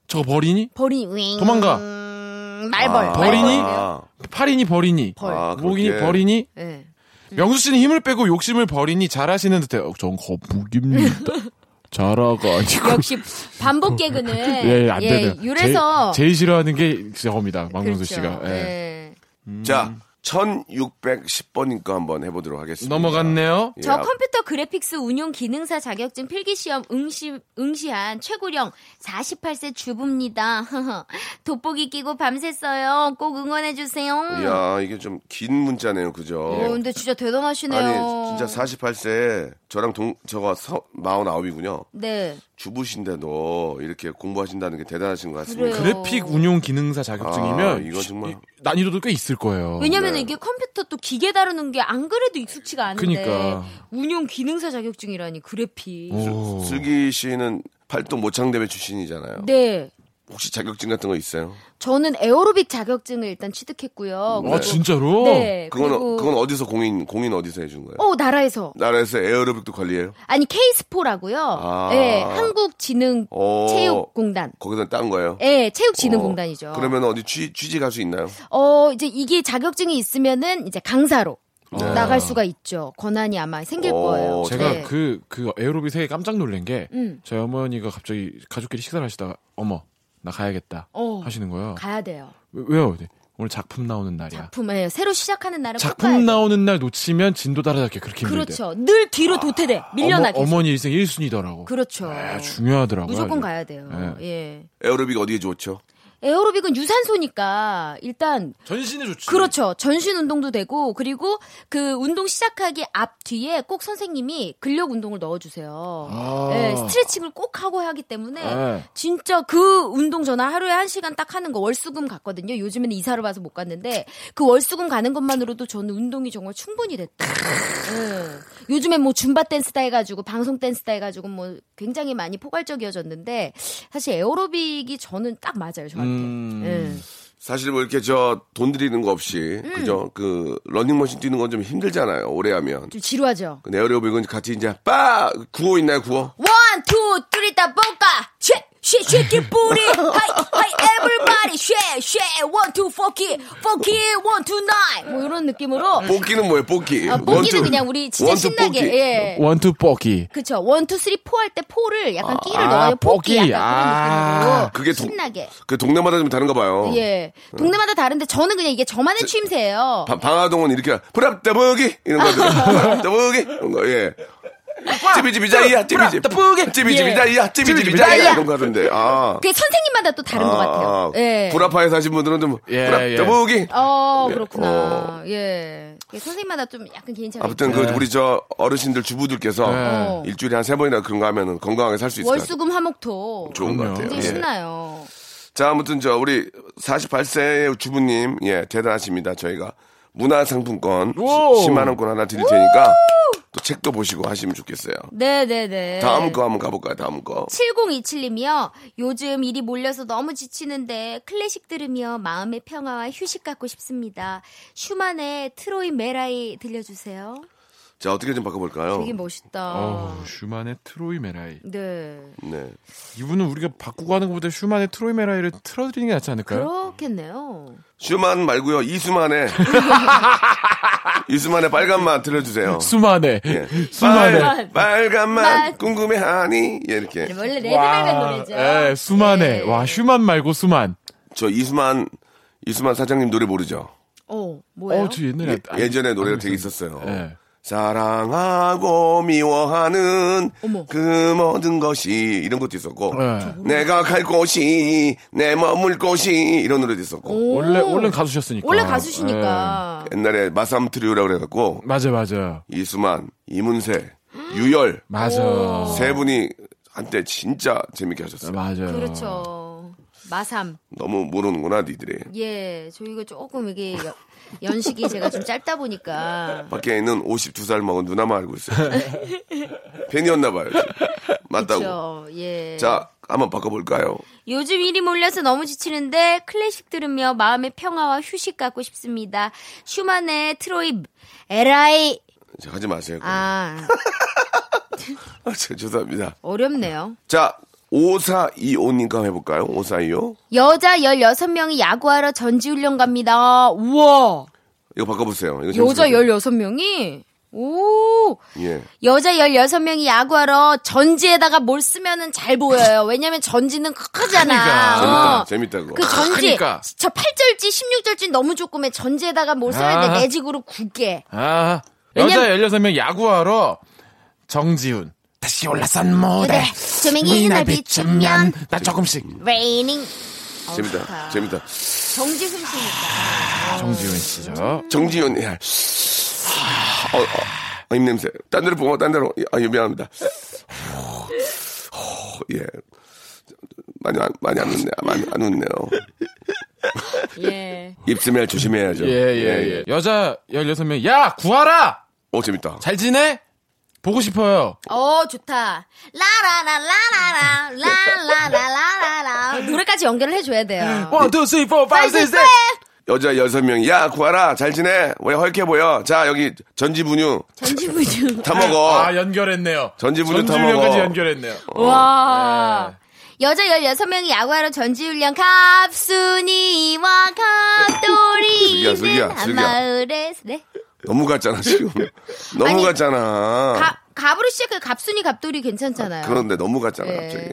저거 버리니? 버리니 윙. 도망가. 음, 말벌. 버리니? 아, 팔이니 버리니? 벌. 아, 목이니 그렇게. 버리니? 예. 명수 씨는 힘을 빼고 욕심을 버리니 잘하시는 듯해요. 어, 전 거북입니다. 잘하가 아니고. 역시 반복 개그는 예, 안 되네요. 유래서 제일, 제일 싫어하는 게 저겁니다. 그렇죠. 박명수 씨가. 예. 예. 음. 자, 1610번인 거 한번 해보도록 하겠습니다. 넘어갔네요. 예, 저 아, 컴퓨터 그래픽스 운용 기능사 자격증 필기 시험 응시 응시한 최고령 48세 주부입니다. 돋보기 끼고 밤샜어요. 꼭 응원해 주세요. 이야, 이게 좀 긴 문자네요, 그죠? 어, 근데 진짜 대단하시네요. 아니, 진짜 48세에 저랑 동, 저가 서, 49이군요. 네. 주부신데도 이렇게 공부하신다는 게 대단하신 것 같습니다. 그래요. 그래픽 운용 기능사 아, 자격증이면 이거 정말. 난이도도 꽤 있을 어, 거예요. 왜냐면 네. 이게 컴퓨터 또 기계 다루는 게 안 그래도 익숙치가 않은데 그니까. 어. 운용 기능사 자격증이라니 그래픽. 오. 슬기 씨는 팔도 모창대회 출신이잖아요. 네. 혹시 자격증 같은 거 있어요? 저는 에어로빅 자격증을 일단 취득했고요. 아 진짜로? 네. 그건, 어- 그리고 그건 어디서 공인, 공인 어디서 해준 거예요? 어 나라에서 나라에서 에어로빅도 관리해요? 아니 케이스포라고요. 아. 네, 한국진흥 어. 체육공단. 거기서 딴 거예요? 네, 체육진흥공단이죠. 어, 그러면 어디 취, 취직할 수 있나요? 어 이제 이게 자격증이 있으면은 이제 강사로 네. 나갈 수가 있죠. 권한이 아마 생길 어, 거예요. 제가 네. 그, 그 에어로빅 세계 깜짝 놀란 게, 음. 저희 어머니가 갑자기 가족끼리 식사를 하시다가, 어머, 나 가야겠다 어. 하시는 거예요. 가야 돼요. 왜- 왜요? 이제 오늘 작품 나오는 날이야. 작품에 새로 시작하는 날은 꼭 가야 작품 돼요. 나오는 날 놓치면 진도 따라잡기 그렇게 힘들대. 그렇죠. 늘 뒤로 도태돼 밀려나게. 어머, 니 일생 1순위더라고. 아, 그렇죠. 중요하더라고요. 네. 무조건 아주. 가야 돼요. 예. 에어로빅 어디에 좋죠? 에어로빅은 유산소니까 일단 전신에 좋지. 그렇죠. 전신 운동도 되고 그리고 그 운동 시작하기 앞 뒤에 꼭 선생님이 근력 운동을 넣어주세요. 아. 예, 스트레칭을 꼭 하고 하기 때문에 네. 진짜 그 운동 전화 하루에 한 시간 딱 하는 거 월수금 갔거든요. 요즘에는 이사를 와서 못 갔는데 그 월수금 가는 것만으로도 저는 운동이 정말 충분히 됐다. 예. 요즘에 뭐 줌바 댄스다 해가지고 방송 댄스다 해가지고 뭐 굉장히 많이 포괄적이어졌는데 사실 에어로빅이 저는 딱 맞아요 저한테. 음. 예. 사실 뭐 이렇게 저 돈 들이는 거 없이 음. 그죠? 그 러닝머신 뛰는 건 좀 힘들잖아요. 오래 하면. 좀 지루하죠. 근데 에어로빅은 같이 이제 빠 구호 있나요 구호? 원, 투, 쓰리 다 볼까? 쉐, 쉐, 쉐키 뿌리. 하이, 하이, 에브리바디. 쉐, 쉐, 원, 투, 포키. 포키, 원, 투, 나이. 뭐 이런 느낌으로. 뽑기는 뭐예요? 뽑기. 아, 원투. 뽑기는 그냥 우리 진짜 원투 신나게. 뽑기. 예. 원투 뻐기. 그쵸. 원, 투, 쓰리, 포 할 때 포를 약간 끼를 아, 넣어요. 뽑기. 포기. 약간 그런 아, 느낌으로. 그게 동- 어. 신나게. 그 동네마다 좀 다른가 봐요. 예. 동네마다 다른데 저는 그냥 이게 저만의 취임새예요. 바- 방화동은 이렇게 브랍다보기 이런 거들 브랍다보기 이런 거 예. 찌비찌비자이야 찌비찌비 예. 찌비찌비자이야 찌비찌비자이야 이런 거 하던데 아. 그게 선생님마다 또 다른 것 같아요. 예. 구라파에서 하신 분들은 좀 예, 브랍다보기 어, 그렇구나. 예. 그게 선생님마다 좀 약간 개인차가 아무튼 있죠. 그 우리 저 어르신들 주부들께서 네. 일주일에 한 세 번이나 그런 거 하면은 건강하게 살 수 있을 것 같아요. 월수금 화목토. 좋은 것 그럼요. 같아요. 굉장히 예. 신나요. 자 아무튼 저 우리 48세의 주부님 예 대단하십니다. 저희가 문화상품권 오! 10만 원권 하나 드릴 테니까 또 책도 보시고 하시면 좋겠어요. 네네네. 다음 거 한번 가볼까요? 다음 거. 7027님이요. 요즘 일이 몰려서 너무 지치는데 클래식 들으며 마음의 평화와 휴식 갖고 싶습니다. 슈만의 트로이 메라이 들려주세요. 자 어떻게 좀 바꿔볼까요? 되게 멋있다. 어우, 슈만의 트로이 메라이. 네. 네. 이분은 우리가 바꾸고 하는 것보다 슈만의 트로이 메라이를 틀어드리는 게 낫지 않을까요? 그렇겠네요. 슈만 말고요 이수만의 이수만의 빨간맛 들려주세요. 수만의 예. 아, 수만의 빨- 빨간맛 맛. 궁금해하니 예, 이렇게 원래 레드벨벳 노래죠. 아, 예, 수만의 네. 와 슈만 말고 수만. 저 이수만 이수만 사장님 노래 모르죠? 어, 뭐예요? 어, 저 옛날에 안- 예, 전에 노래가 되게 있었어요. 예. 사랑하고 미워하는 어머. 그 모든 것이 이런 것도 있었고 예. 내가 갈 곳이 내 머물 곳이 이런 노래도 있었고 오. 원래 원래 가수셨으니까. 원래 가수시니까. 옛날에 마삼 트리오라고 그래갖고 예. 맞아 맞아 이수만 이문세 유열 맞아 세 분이 한때 진짜 재밌게 하셨어요. 맞아요. 그렇죠. 마삼. 너무 모르는구나 니들이. 예, 저희가 조금 이게 여- 연식이 제가 좀 짧다 보니까 밖에 있는 52살 먹은 누나만 알고 있어요. 팬이었나 봐요. 지금. 맞다고. 그렇죠. 예. 자, 한번 바꿔볼까요? 요즘 일이 몰려서 너무 지치는데 클래식 들으며 마음의 평화와 휴식 갖고 싶습니다. 슈만의 트로이 에라이 자, 하지 마세요. 아 아, 저- 죄송합니다. 어렵네요. 자, 5425님과 한번 해볼까요? 5425? 여자 16명이 야구하러 전지훈련 갑니다. 우와. 이거 바꿔보세요. 이거 여자 재밌어요. 16명이 오 예. 여자 16명이 야구하러 전지에다가 뭘 쓰면은 잘 보여요. 왜냐면 전지는 크잖아. 재밌다. 어. 재밌다고. 그 전지 그러니까. 저 8절지 16절지 너무 조금해 전지에다가 뭘 써야 돼 아. 내직으로 굵게 아 왜냐면- 여자 16명 야구하러 정지훈 다시 올라선 무대 무대, 조명이 네. 날 비추면 나 조금씩 raining 재밌다. 재밌다. 정지 숨쉬니까 정지훈 씨죠. 정지현, 예. 어, 어, 입냄새. 딴 데로 보고, 딴 데로. 아, 예, 미안합니다. 호, 호, 예. 많이, 안- 많이 안 웃네요. 많이 안 웃네요. 예 입스멜 조심해야죠. 예예예 여자 16명 야 구하라 오, 어, 재밌다. 잘 지내 보고 싶어요. 어, 좋다. 라라라라라라, 라라라라라라. 노래까지 연결을 해줘야 돼요. 1 2 3 4 5 6 7 8 여자 여섯 명 야, 구하라. 잘 지내. 왜 헐케 보여? 자, 여기 전지분유 전지부주. 다 먹어. 아 연결했네요. 전지훈련 다 먹어. 전지훈련까지 연결했네요. 와. 여자 16명이 야구하러 전지훈련 갑순이와 갑돌이 슬기야, 슬기야, 슬기야. 한마을에 네. 너무 갔잖아, 지금. 너무 아니, 갔잖아. 그 갑 갑으로 시작해 갑순이 갑돌이 괜찮잖아요. 어. 그런데 너무 갔잖아, 예. 갑자기.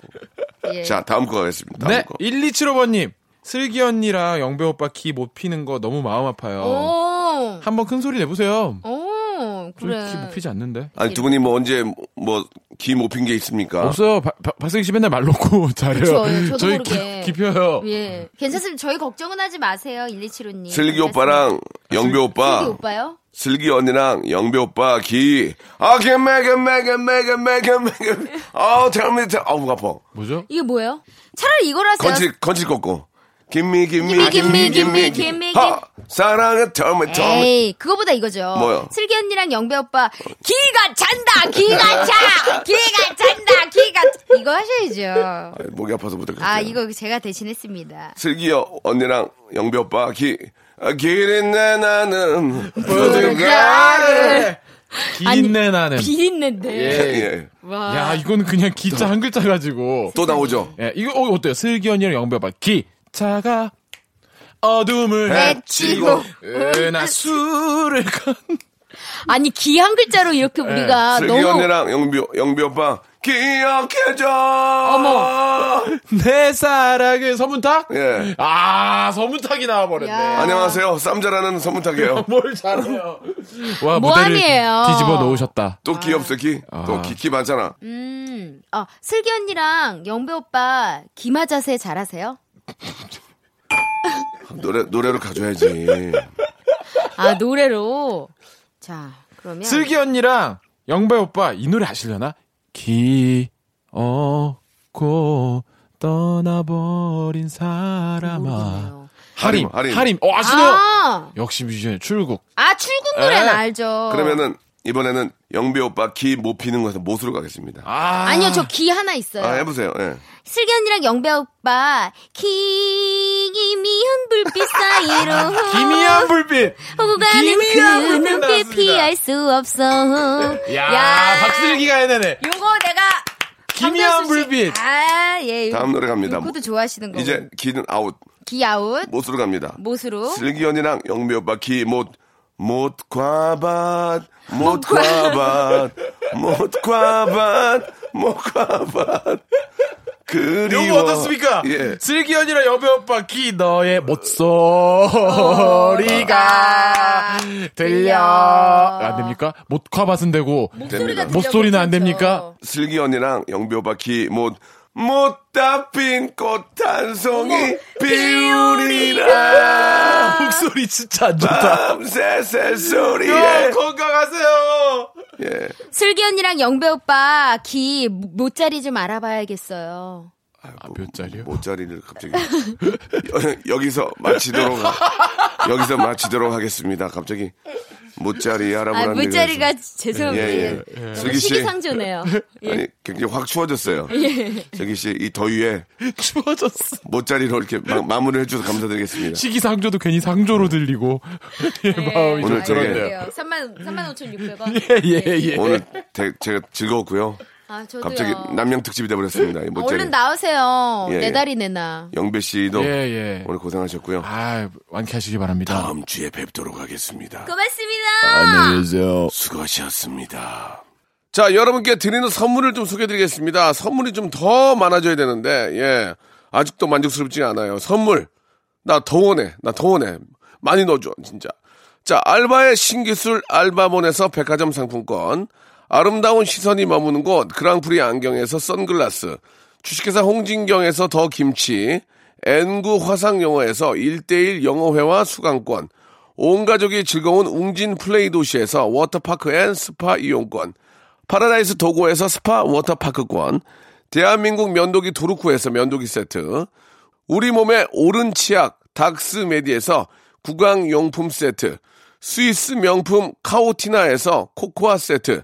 예. 자, 다음 거 가겠습니다. 다음 네, 거. 1275번님. 슬기 언니랑 영배 오빠 키 못 피는 거 너무 마음 어. 아파요. 오. 한번 큰 소리 내보세요. 오, 그래. 저희 키못 피지 뭐 않는데. 아니, 두 분이 뭐 언제 뭐 기 못 핀 게 있습니까? 없어요. 바- 바- 박승희 씨 맨날 말 놓고 잘해요. 아. 그쵸, 저도 저희 모르게. 기, 깊혀요. 예. 괜찮습니다. 저희 걱정은 하지 마세요. 1275님. 어. 슬기 오빠랑 영배 예, 슬기 오빠, 오빠요? 슬기 언니랑 영배 오빠 기. 아, 개매개 매개 매개 매개 매개. 아, 잘못 아우 아파. 뭐죠? 이게 뭐예요? 차라리 이걸 하세요. 건질 건질 꺾고. 김미 김미 네. 김미, 김미, 김미, 김미, 하 사랑의 처음에 처음에. 에이, 그거보다 이거죠. 뭐요? 슬기 언니랑 영배 오빠 기가 찬다, 기가 차, 기가 찬다, 기가 차. 이거 하셔야죠. 아, 목이 음. 아파서 못하겠어요. 아, 이거 제가 대신했습니다. 슬기여 언니랑 영배 오빠 기. 아, 길은 내 나는 모든 가를. 기인내 나는. 아. 비린내인데. 예. 와. 야, 이건 그냥 기자 한 글자 가지고. 또 나오죠. 예, 이거 어, 어때요? 슬기 언니랑 영배 오빠 기 차가 네. 어둠을 예, 맺히고. 은하 술을 건. 아니, 기 한 글자로 이렇게 우리가 예. 슬기 아, 너무. 언니랑 영비 영비 오빠 기억해줘. 어머. 내 사랑을 서문탁? 예. 아, 서문탁이 나와버렸네. 네. 야. 안녕하세요. 쌈자라는 서문탁이에요. 뭘 잘해요. 뭐 와, 무대를 모함이에요. 뒤집어 놓으셨다. 또 기 없어 기. 또 기기 많잖아. 아. 음, 어, 슬기 언니랑 영배 오빠 기마 자세 잘하세요? 노래 노래로 가줘야지. 아, 노래로. 자, 그러면. 슬기 언니랑 영배 오빠 이 노래 아시려나? 어, 기어고 떠나버린 사람아. 뭐, 모르겠네요. 하림, 하림. 하림. 어, 아시네요. 네. 아, 역시 뮤지션 출국. 아, 출국 노래는 에. 알죠. 그러면은 이번에는 영비 오빠 기 못 피는 거에서 못으로 가겠습니다. 아. 아니요, 저 기 하나 있어요. 아 해보세요. 예. 슬기 언니랑 영배 오빠 기미한 불빛 사이로 김희연 불빛. 오고 가는 기미한 그 불빛 눈빛 나왔습니다. 피할 수 없어. 야, 박슬기가 해내네. 요거 내가 기미한 박명수 씨- 불빛. 아, 예. 요거- 다음 노래 갑니다. 요것도 좋아하시는 거. 이제 기는 아웃. 기아웃 못으로 갑니다. 못으로 슬기 언니랑 영미 오빠 기 못 못 과밭 못 과밭 못 과밭 못 과밭 그리워 요거 어떻습니까? 예 슬기 언니랑 여배 오빠 기 너의 아, 목소리가 어. 들려 안 됩니까? 못화밭은 되고 됩니다 목소리는 안 됩니까? 슬기 언니랑 영미 오빠 기못못 다핀 꽃 한 송이 피우리라 아, 목소리 진짜 안 좋다. 밤새새 아, 예. 소리에 건강하세요. 예 슬기 언니랑 영배 오빠 기 모짜리 좀 알아봐야겠어요. 아, 몇 자리요? 모짜리를 갑자기 여, 기서 마치도록 하- 여기서 마치도록 하겠습니다. 갑자기 모짜리 아, 알아보라는 모짜리가 얘기가 죄송합니다. 예, 예. 너무 슬기 씨. 시기상조네요. 있어요. 아니 굉장히 확 추워졌어요. 예. 저기 씨 이 더위에 뭐, 추워졌어. 모짜리로 이렇게 마, 무리를 해주셔서 감사드리겠습니다. 시기상조도 괜히 상조로 들리고 예, 마음이 오늘 좀 되게- 그런데요. 3만 3만 5,600원. 예예 예. 오늘 대- 제가 즐거웠고요. 아, 저도요. 갑자기 남양 특집이 돼버렸습니다. 이 모짜리 얼른 나오세요. 예, 예. 내 다리 내놔. 영배 씨도 예, 예. 오늘 고생하셨고요. 아 완쾌하시기 바랍니다. 다음 주에 뵙도록 하겠습니다. 그- 고맙습니다. 수고하셨습니다. 자, 여러분께 드리는 선물을 좀 소개드리겠습니다. 선물이 좀 더 많아져야 되는데, 예. 아직도 만족스럽지 않아요. 선물. 나 더 원해. 나 더 원해. 많이 넣어줘, 진짜. 자, 알바의 신기술 알바몬에서 백화점 상품권. 아름다운 시선이 머무는 곳, 그랑프리 안경에서 선글라스. 주식회사 홍진경에서 더 김치. N구 화상영어에서 1대1 영어회화 수강권. 온 가족이 즐거운 웅진 플레이 도시에서 워터파크 앤 스파 이용권, 파라다이스 도고에서 스파 워터파크권, 대한민국 면도기 도루쿠에서 면도기 세트, 우리 몸의 오른 치약 닥스메디에서 구강용품 세트, 스위스 명품 카오티나에서 코코아 세트,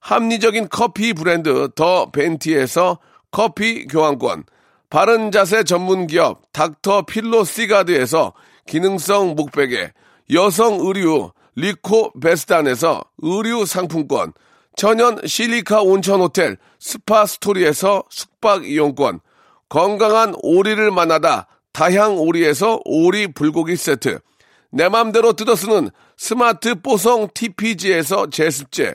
합리적인 커피 브랜드 더 벤티에서 커피 교환권 바른 자세 전문 기업 닥터 필로 시가드에서 기능성 목베개, 여성 의류 리코 베스단에서 의류 상품권, 천연 실리카 온천 호텔 스파 스토리에서 숙박 이용권, 건강한 오리를 만나다 다향 오리에서 오리 불고기 세트, 내 맘대로 뜯어쓰는 스마트 뽀송 TPG에서 제습제,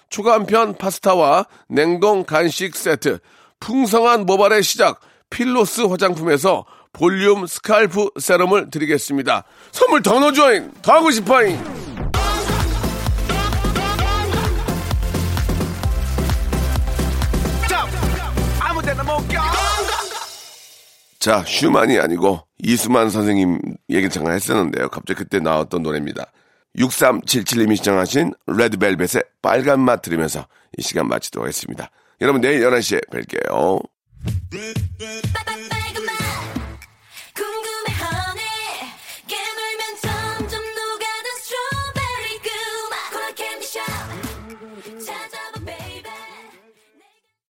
초간편 파스타와 냉동 간식 세트, 풍성한 모발의 시작 필로스 화장품에서 볼륨 스칼프 세럼을 드리겠습니다. 선물 더 넣어줘잉! 더 하고 싶어잉! 자, 슈만이 아니고 이수만 선생님 얘기 잠깐 했었는데요. 갑자기 그때 나왔던 노래입니다. 6377님이 시청하신 레드벨벳의 빨간 맛 들으면서 이 시간 마치도록 하겠습니다. 여러분 내일 11시에 뵐게요. Bye, bye, bye.